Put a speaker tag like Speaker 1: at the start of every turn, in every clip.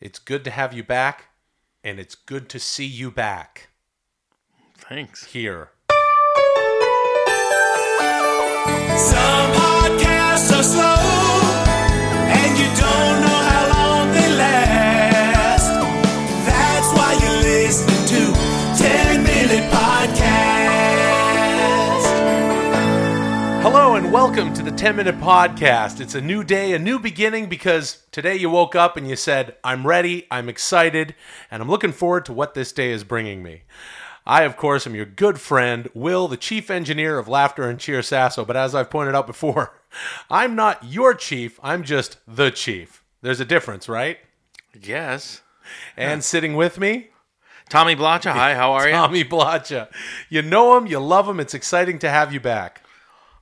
Speaker 1: It's good to have you back, and it's good to see you back
Speaker 2: Thanks.
Speaker 1: here.
Speaker 3: Some podcasts are slow, and you don't know how long they last. That's why you're listening to 10 Minute Podcast.
Speaker 1: Hello, and welcome to the 10 Minute Podcast. It's a new day, a new beginning, because today you woke up and you said, I'm ready, I'm excited, and I'm looking forward to what this day is bringing me. I, of course, am your good friend, Will, the chief engineer of Laughter and Cheer Sasso, but as I've pointed out before, I'm not your chief, I'm just the chief. There's a difference, right?
Speaker 2: Yes.
Speaker 1: And sitting with me,
Speaker 2: Tommy Blacha, hi, how are you?
Speaker 1: Tommy Blacha. You know him, you love him, it's exciting to have you back.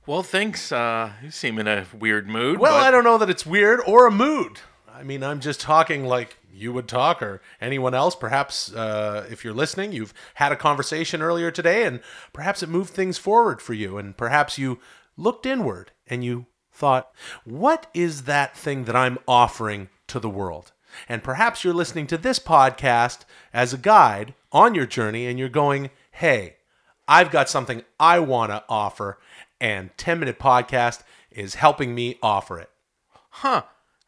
Speaker 2: Well, thanks. Uh, you seem in a weird mood.
Speaker 1: Well,
Speaker 2: but
Speaker 1: I don't know that it's weird or a mood. I mean, I'm just talking like you would talk or anyone else. Perhaps uh, if you're listening, you've had a conversation earlier today and perhaps it moved things forward for you. And perhaps you looked inward and you thought, what is that thing that I'm offering to the world? And perhaps you're listening to this podcast as a guide on your journey and you're going, hey, I've got something I want to offer, and 10 Minute Podcast is helping me offer it.
Speaker 2: Huh.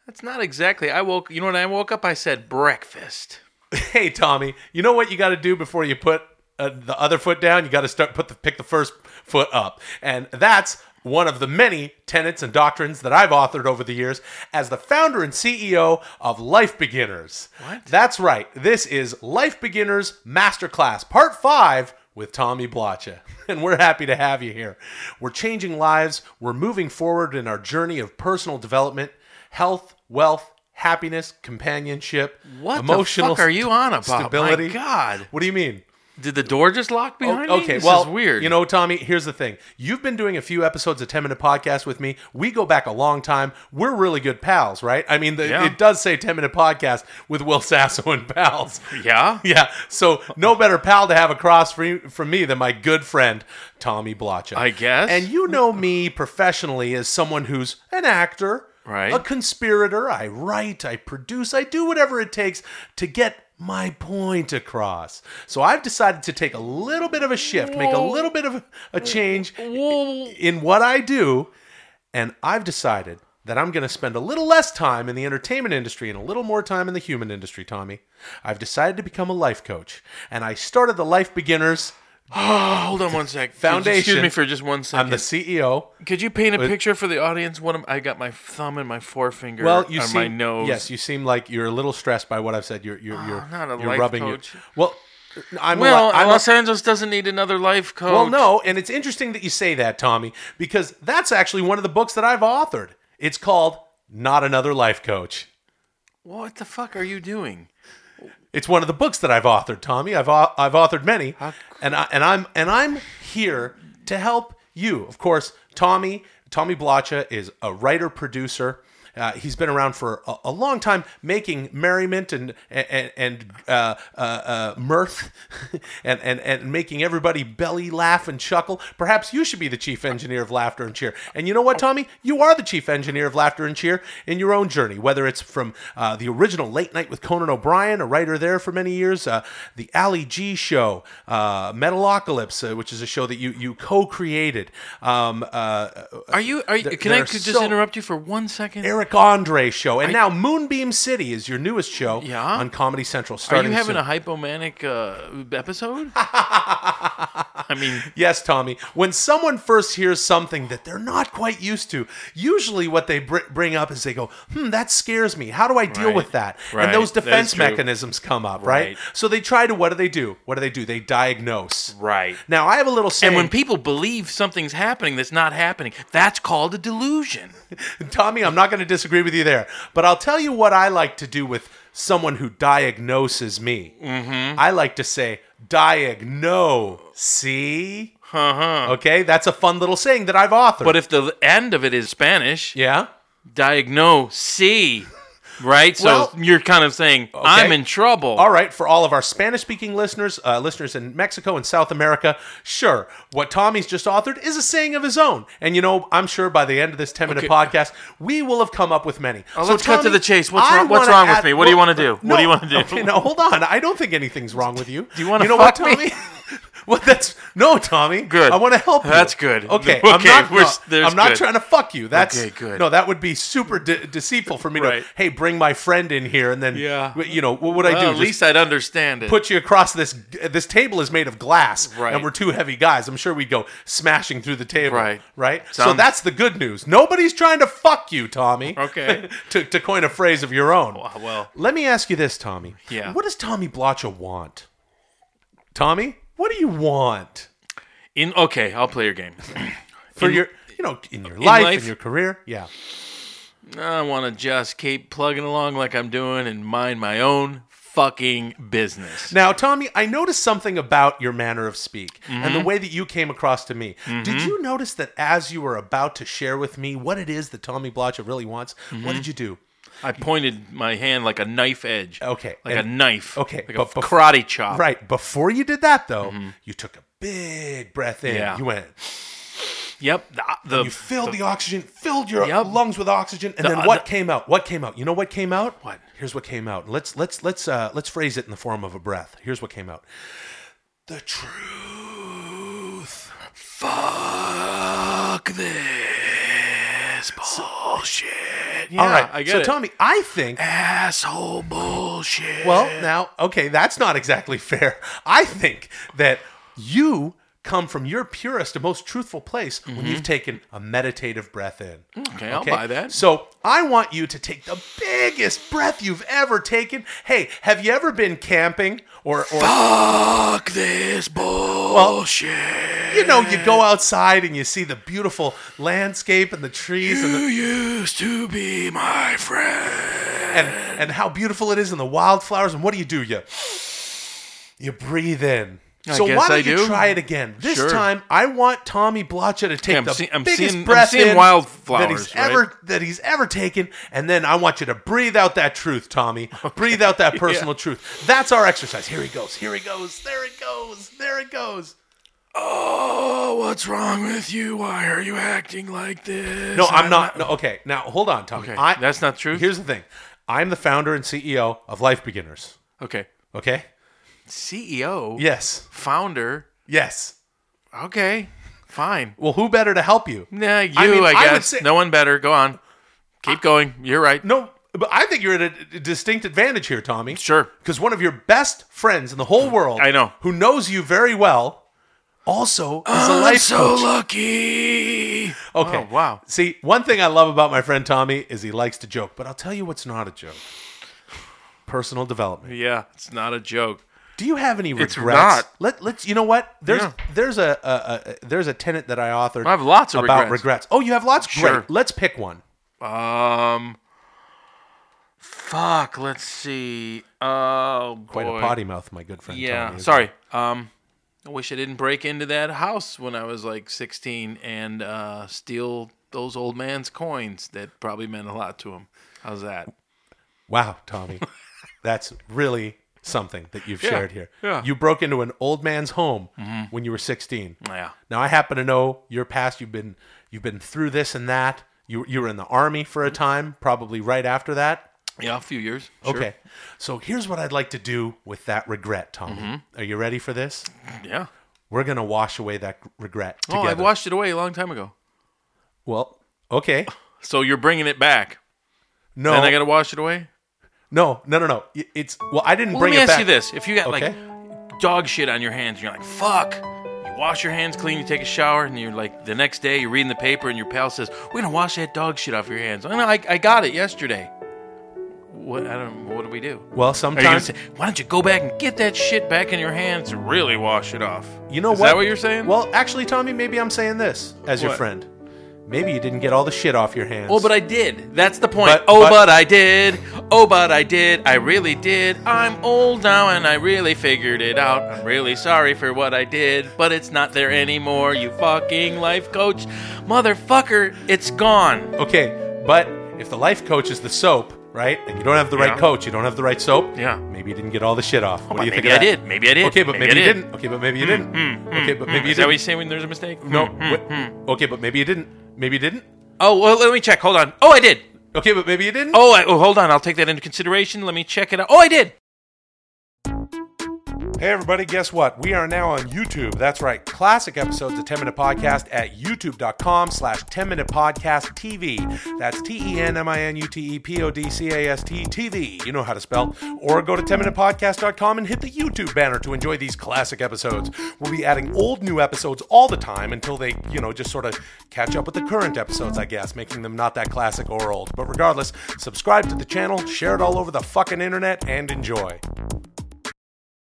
Speaker 2: That's not exactly. I woke, you know, when I woke up, I said breakfast.
Speaker 1: Hey, Tommy, you know what you got to do before you put uh, the other foot down? You got to start put the pick the first foot up, and that's one of the many tenets and doctrines that I've authored over the years as the founder and CEO of Life Beginners.
Speaker 2: What?
Speaker 1: That's right. This is Life Beginners Masterclass Part 5 with Tommy Blacha. And we're happy to have you here. We're changing lives, we're moving forward in our journey of personal development, health, wealth, happiness, companionship,
Speaker 2: What
Speaker 1: emotional
Speaker 2: the fuck are you on about? My
Speaker 1: stability.
Speaker 2: God.
Speaker 1: What do you mean?
Speaker 2: Did the door just lock behind me?
Speaker 1: okay,
Speaker 2: This
Speaker 1: well,
Speaker 2: is weird.
Speaker 1: You know, Tommy, here's the thing. You've been doing a few episodes of 10 Minute Podcast with me. We go back a long time. We're really good pals, right? I mean, the,
Speaker 2: Yeah.
Speaker 1: it does say 10 Minute Podcast with Will Sasso and pals.
Speaker 2: Yeah?
Speaker 1: Yeah, so no better pal to have across from from me than my good friend Tommy Blacha.
Speaker 2: I guess.
Speaker 1: And you know me professionally as someone who's an actor,
Speaker 2: Right.
Speaker 1: A conspirator. I write, I produce, I do whatever it takes to get my point across. So I've decided to take a little bit of a shift, make a
Speaker 2: Whoa.
Speaker 1: little bit of a change
Speaker 2: Whoa.
Speaker 1: in what I do, and I've decided that I'm going to spend a little less time in the entertainment industry and a little more time in the human industry, Tommy. I've decided to become a life coach, and I started the Life Beginners.
Speaker 2: Hold on one sec.
Speaker 1: Foundation.
Speaker 2: Excuse me for just one second.
Speaker 1: I'm the E CEO.
Speaker 2: Could you paint a picture for the audience? What am, I got my thumb and my forefinger
Speaker 1: Well, you
Speaker 2: on
Speaker 1: seem
Speaker 2: my nose. Ah,
Speaker 1: yes, you seem like you're a little stressed by what I've said. You're you're you're,
Speaker 2: not a
Speaker 1: you're
Speaker 2: life
Speaker 1: rubbing your-
Speaker 2: coach.
Speaker 1: well, I'm
Speaker 2: well,
Speaker 1: a, I'm a-
Speaker 2: Los Angeles doesn't need another life coach.
Speaker 1: Well, no, and it's interesting that you say that, Tommy, because that's actually one of the books that I've authored. It's called Not Another Life Coach.
Speaker 2: What the fuck are you doing?
Speaker 1: It's one of the books that I've authored, Tommy. I've au- I've authored many, and I and I'm and I'm here to help you. Of course, Tommy Tommy Blacha is a writer producer. Uh, he's been around for a, a long time, making merriment and and and uh, uh, uh, mirth, and, and and making everybody belly laugh and chuckle. Perhaps you should be the chief engineer of laughter and cheer. And you know what, Tommy? You are the chief engineer of laughter and cheer in your own journey. Whether it's from uh, the original Late Night with Conan O'Brien, a writer there for many years, uh, the Ali G Show, uh, Metalocalypse, uh, which is a show that you you co-created, um, uh,
Speaker 2: Are you? Are you can I
Speaker 1: they're
Speaker 2: could just
Speaker 1: so-
Speaker 2: interrupt you for one second?
Speaker 1: Eric Andre Show, and now Moonbeam City is your newest show
Speaker 2: Yeah?
Speaker 1: on Comedy Central.
Speaker 2: are
Speaker 1: Starting
Speaker 2: you having
Speaker 1: soon.
Speaker 2: a hypomanic uh, episode? I mean,
Speaker 1: Yes, Tommy. When someone first hears something that they're not quite used to, usually what they br- bring up is they go, "Hmm, that scares me. How do I deal
Speaker 2: Right.
Speaker 1: with that?"
Speaker 2: Right.
Speaker 1: And those
Speaker 2: That is
Speaker 1: defense
Speaker 2: true.
Speaker 1: mechanisms come up, right?
Speaker 2: Right.
Speaker 1: So they try to. What do they do? What do they do? They diagnose.
Speaker 2: Right.
Speaker 1: Now I have a little saying.
Speaker 2: and when people believe something's happening that's not happening, that's called a delusion.
Speaker 1: Tommy, I'm not going to disagree with you there, but I'll tell you what I like to do with someone who diagnoses me. Mm-hmm. I like to say, diagnose. See? Uh-huh. Okay, that's a fun little saying that I've authored.
Speaker 2: But if the end of it is Spanish,
Speaker 1: yeah?
Speaker 2: diagnose. right? So
Speaker 1: Well-
Speaker 2: you're kind of saying I'm in trouble.
Speaker 1: All right, for all of our Spanish speaking listeners, uh, listeners in Mexico and South America, sure, what Tommy's just authored is a saying of his own. And you know, I'm sure by the end of this 10 minute
Speaker 2: Okay. Oh,
Speaker 1: podcast, we will have come up with many. so
Speaker 2: let's cut to the chase. What's
Speaker 1: I
Speaker 2: wrong- what's
Speaker 1: wanna
Speaker 2: wrong with me? What do you wanna do? What do you wanna do?
Speaker 1: Okay, no, hold on. I don't think anything's wrong with you. Do
Speaker 2: you wanna
Speaker 1: You know
Speaker 2: fuck
Speaker 1: what,
Speaker 2: me?
Speaker 1: Tommy? well, that's no, Tommy.
Speaker 2: Good.
Speaker 1: I want to help you.
Speaker 2: That's good.
Speaker 1: Okay, I'm
Speaker 2: Okay,
Speaker 1: not,
Speaker 2: we're
Speaker 1: no,
Speaker 2: s- there's
Speaker 1: I'm not
Speaker 2: good.
Speaker 1: trying to fuck you. That's
Speaker 2: Okay, good.
Speaker 1: No, that would be super de- deceitful for me
Speaker 2: Right.
Speaker 1: to, hey, bring my friend in here and then,
Speaker 2: Yeah.
Speaker 1: you know, what would I
Speaker 2: Well,
Speaker 1: do?
Speaker 2: at
Speaker 1: Just-
Speaker 2: least I'd understand it.
Speaker 1: put you across this this table is made of glass
Speaker 2: Right.
Speaker 1: and we're two heavy guys i'm sure we'd go smashing through the table
Speaker 2: Right.
Speaker 1: right so
Speaker 2: Sounds-
Speaker 1: that's the good news nobody's trying to fuck you tommy
Speaker 2: Okay.
Speaker 1: to, to coin a phrase of your own
Speaker 2: Ah, well.
Speaker 1: let me ask you this tommy
Speaker 2: Yeah.
Speaker 1: what does tommy blotcha want tommy what do you want
Speaker 2: in okay, I'll play your game.
Speaker 1: for your you know in your life,
Speaker 2: life?
Speaker 1: in your career yeah
Speaker 2: I want to just keep plugging along like I'm doing and mind my own fucking business.
Speaker 1: Now, Tommy, I noticed something about your manner of speak and
Speaker 2: Mm-hmm.
Speaker 1: the way that you came across to me. Did you notice that as you were about to share with me what it is that Tommy Blotcha really wants, what
Speaker 2: Mm-hmm.
Speaker 1: did you do?
Speaker 2: I pointed my hand like a knife edge.
Speaker 1: Okay,
Speaker 2: Like
Speaker 1: and-
Speaker 2: a knife.
Speaker 1: okay,
Speaker 2: Like a
Speaker 1: but bef-
Speaker 2: karate chop.
Speaker 1: Right. Before you did that, though, you took a big breath in.
Speaker 2: Mm-hmm. Yeah.
Speaker 1: You went,
Speaker 2: Yep. The, uh, the-
Speaker 1: you filled the oxygen, filled your
Speaker 2: Yep.
Speaker 1: lungs with oxygen, and
Speaker 2: The- uh,
Speaker 1: then what
Speaker 2: the-
Speaker 1: came out? What came out? You know what came out?
Speaker 2: What?
Speaker 1: Here's what came out. Let's let's let's uh, let's phrase it in the form of a breath. Here's what came out. The truth.
Speaker 2: fuck this bullshit. Yeah,
Speaker 1: All right.
Speaker 2: I get
Speaker 1: so,
Speaker 2: it.
Speaker 1: Tommy, I think
Speaker 2: Asshole bullshit.
Speaker 1: Well, now, okay, that's not exactly fair. I think that you come from your purest and most truthful place when you've taken a meditative breath in.
Speaker 2: okay, Mm-hmm. Mm, I'll buy that.
Speaker 1: So I want you to take the biggest breath you've ever taken. Hey, have you ever been camping or, or
Speaker 2: Fuck this bullshit.
Speaker 1: you know, you go outside and you see the beautiful landscape and the trees and the,
Speaker 2: used to be my friend.
Speaker 1: and and how beautiful it is in the wildflowers. And what do you do? You you breathe in. so
Speaker 2: guess
Speaker 1: why don't
Speaker 2: I
Speaker 1: you
Speaker 2: do.
Speaker 1: try it again? This
Speaker 2: Sure.
Speaker 1: time, I want Tommy Blotcha to take
Speaker 2: Yeah, I'm
Speaker 1: the
Speaker 2: see- I'm
Speaker 1: biggest
Speaker 2: seeing- I'm
Speaker 1: breath
Speaker 2: seeing
Speaker 1: in that
Speaker 2: wildflowers,
Speaker 1: he's
Speaker 2: right?
Speaker 1: ever that he's ever taken, and then I want you to breathe out that truth, Tommy. Breathe out that personal truth. That's our exercise. Here he goes. Here he goes. There it goes. There it goes.
Speaker 2: Oh, what's wrong with you? Why are you acting like this?
Speaker 1: No, I'm not. No, okay, now hold on, Tommy.
Speaker 2: Okay,
Speaker 1: I,
Speaker 2: that's not true.
Speaker 1: Here's the thing. I'm the founder and CEO of Life Beginners.
Speaker 2: okay. E
Speaker 1: Okay.
Speaker 2: CEO,
Speaker 1: Yes.
Speaker 2: founder.
Speaker 1: Yes.
Speaker 2: Okay, fine.
Speaker 1: Well, who better to help you?
Speaker 2: Nah, you. I,
Speaker 1: mean, I would
Speaker 2: guess
Speaker 1: say-
Speaker 2: no one better. Go on. Keep going. You're right.
Speaker 1: No, but I think you're at a d- distinct advantage here, Tommy.
Speaker 2: Sure.
Speaker 1: Because one of your best friends in the whole world,
Speaker 2: I know.
Speaker 1: who knows you very well, also is a life coach.
Speaker 2: lucky.
Speaker 1: Okay.
Speaker 2: Oh, wow.
Speaker 1: See, one thing I love about my friend Tommy is he likes to joke, but I'll tell you what's not a joke. Personal development.
Speaker 2: Yeah, it's not a joke.
Speaker 1: Do you have any regrets?
Speaker 2: It's not.
Speaker 1: Let let's you know what? There's
Speaker 2: Yeah.
Speaker 1: there's a, a, a there's a tenant that I authored.
Speaker 2: I have lots of
Speaker 1: about
Speaker 2: regrets.
Speaker 1: Oh, you have lots?
Speaker 2: Sure.
Speaker 1: Great. Let's pick one.
Speaker 2: Um, fuck. Let's see. Oh,
Speaker 1: Quite
Speaker 2: boy.
Speaker 1: a potty mouth, my good friend
Speaker 2: Yeah.
Speaker 1: Tommy. isn't
Speaker 2: Sorry. Um, I wish I didn't break into that house when I was like 16 and uh, steal those old man's coins that probably meant a lot to him. How's that?
Speaker 1: Wow, Tommy, that's really something that you've shared here.
Speaker 2: yeah. Mm-hmm.
Speaker 1: You broke into an old man's home when you were 16.
Speaker 2: Yeah.
Speaker 1: Now I happen to know your past. You've been you've been through this and that. You you were in the army for a time, probably right after that.
Speaker 2: Yeah, a few years. Sure.
Speaker 1: Okay. So here's what I'd like to do with that regret, Tommy.
Speaker 2: Mm-hmm.
Speaker 1: Are you ready for this?
Speaker 2: Yeah.
Speaker 1: We're gonna wash away that regret
Speaker 2: Oh,
Speaker 1: together.
Speaker 2: I washed it away a long time ago.
Speaker 1: well, okay.
Speaker 2: So you're bringing it back,
Speaker 1: No,
Speaker 2: and I gotta wash it away.
Speaker 1: no, no, no, no. It- It's well, I didn't
Speaker 2: Well,
Speaker 1: bring
Speaker 2: let me
Speaker 1: it
Speaker 2: ask
Speaker 1: back.
Speaker 2: you this: If you got
Speaker 1: Okay.
Speaker 2: like dog shit on your hands, and you're like, "Fuck," you wash your hands clean, you take a shower, and you're like, the next day you're reading the paper, and your pal says, "We're gonna wash that dog shit off your hands." I know, I, I got it yesterday. What I don't. What do we do?
Speaker 1: Well,
Speaker 2: Are you gonna
Speaker 1: sometimes
Speaker 2: say, "Why don't you go back and get that shit back in your hands and really wash it off"?
Speaker 1: You know
Speaker 2: Is
Speaker 1: what?
Speaker 2: that what you're saying?
Speaker 1: Well, actually, Tommy, maybe I'm saying this as your
Speaker 2: What?
Speaker 1: friend. Maybe you didn't get all the shit off your hands.
Speaker 2: Oh, but I did. That's the point.
Speaker 1: But-
Speaker 2: oh,
Speaker 1: but-
Speaker 2: but, I did. Oh, but I did. I really did. I'm old now and I really figured it out. I'm really sorry for what I did, but it's not there anymore, you fucking life coach. Motherfucker, it's gone.
Speaker 1: okay, but if the life coach is the soap, right? And you don't have the right
Speaker 2: Yeah.
Speaker 1: coach, you don't have the right soap.
Speaker 2: Yeah.
Speaker 1: Maybe you didn't get all the shit off. what do you
Speaker 2: maybe
Speaker 1: think of
Speaker 2: I
Speaker 1: that?
Speaker 2: did. Maybe I did.
Speaker 1: Okay, but maybe,
Speaker 2: Maybe I
Speaker 1: you
Speaker 2: did. Mm,
Speaker 1: didn't. Okay, but maybe you didn't. okay, but maybe you
Speaker 2: Is that what you
Speaker 1: didn't.
Speaker 2: say when there's a mistake?
Speaker 1: No.
Speaker 2: Hmm.
Speaker 1: wait- Okay, but maybe you didn't. Maybe you didn't.
Speaker 2: Oh, well, let me check. Hold on. Oh, I did.
Speaker 1: Okay, but maybe you didn't.
Speaker 2: Oh, I, oh, hold on. I'll take that into consideration. Let me check it out. Oh, I did.
Speaker 1: Hey, everybody, guess what? We are now on YouTube. That's right. Classic episodes of 10 Minute Podcast at youtube.com slash 10 Minute Podcast TV. That's T E N M I N U T E P O D C A S T TV. You know how to spell. Or go to 10minutepodcast.com and hit the YouTube banner to enjoy these classic episodes. We'll be adding old new episodes all the time until they, you know, just sort of catch up with the current episodes, I guess, making them not that classic or old. But regardless, subscribe to the channel, share it all over the fucking internet, and enjoy.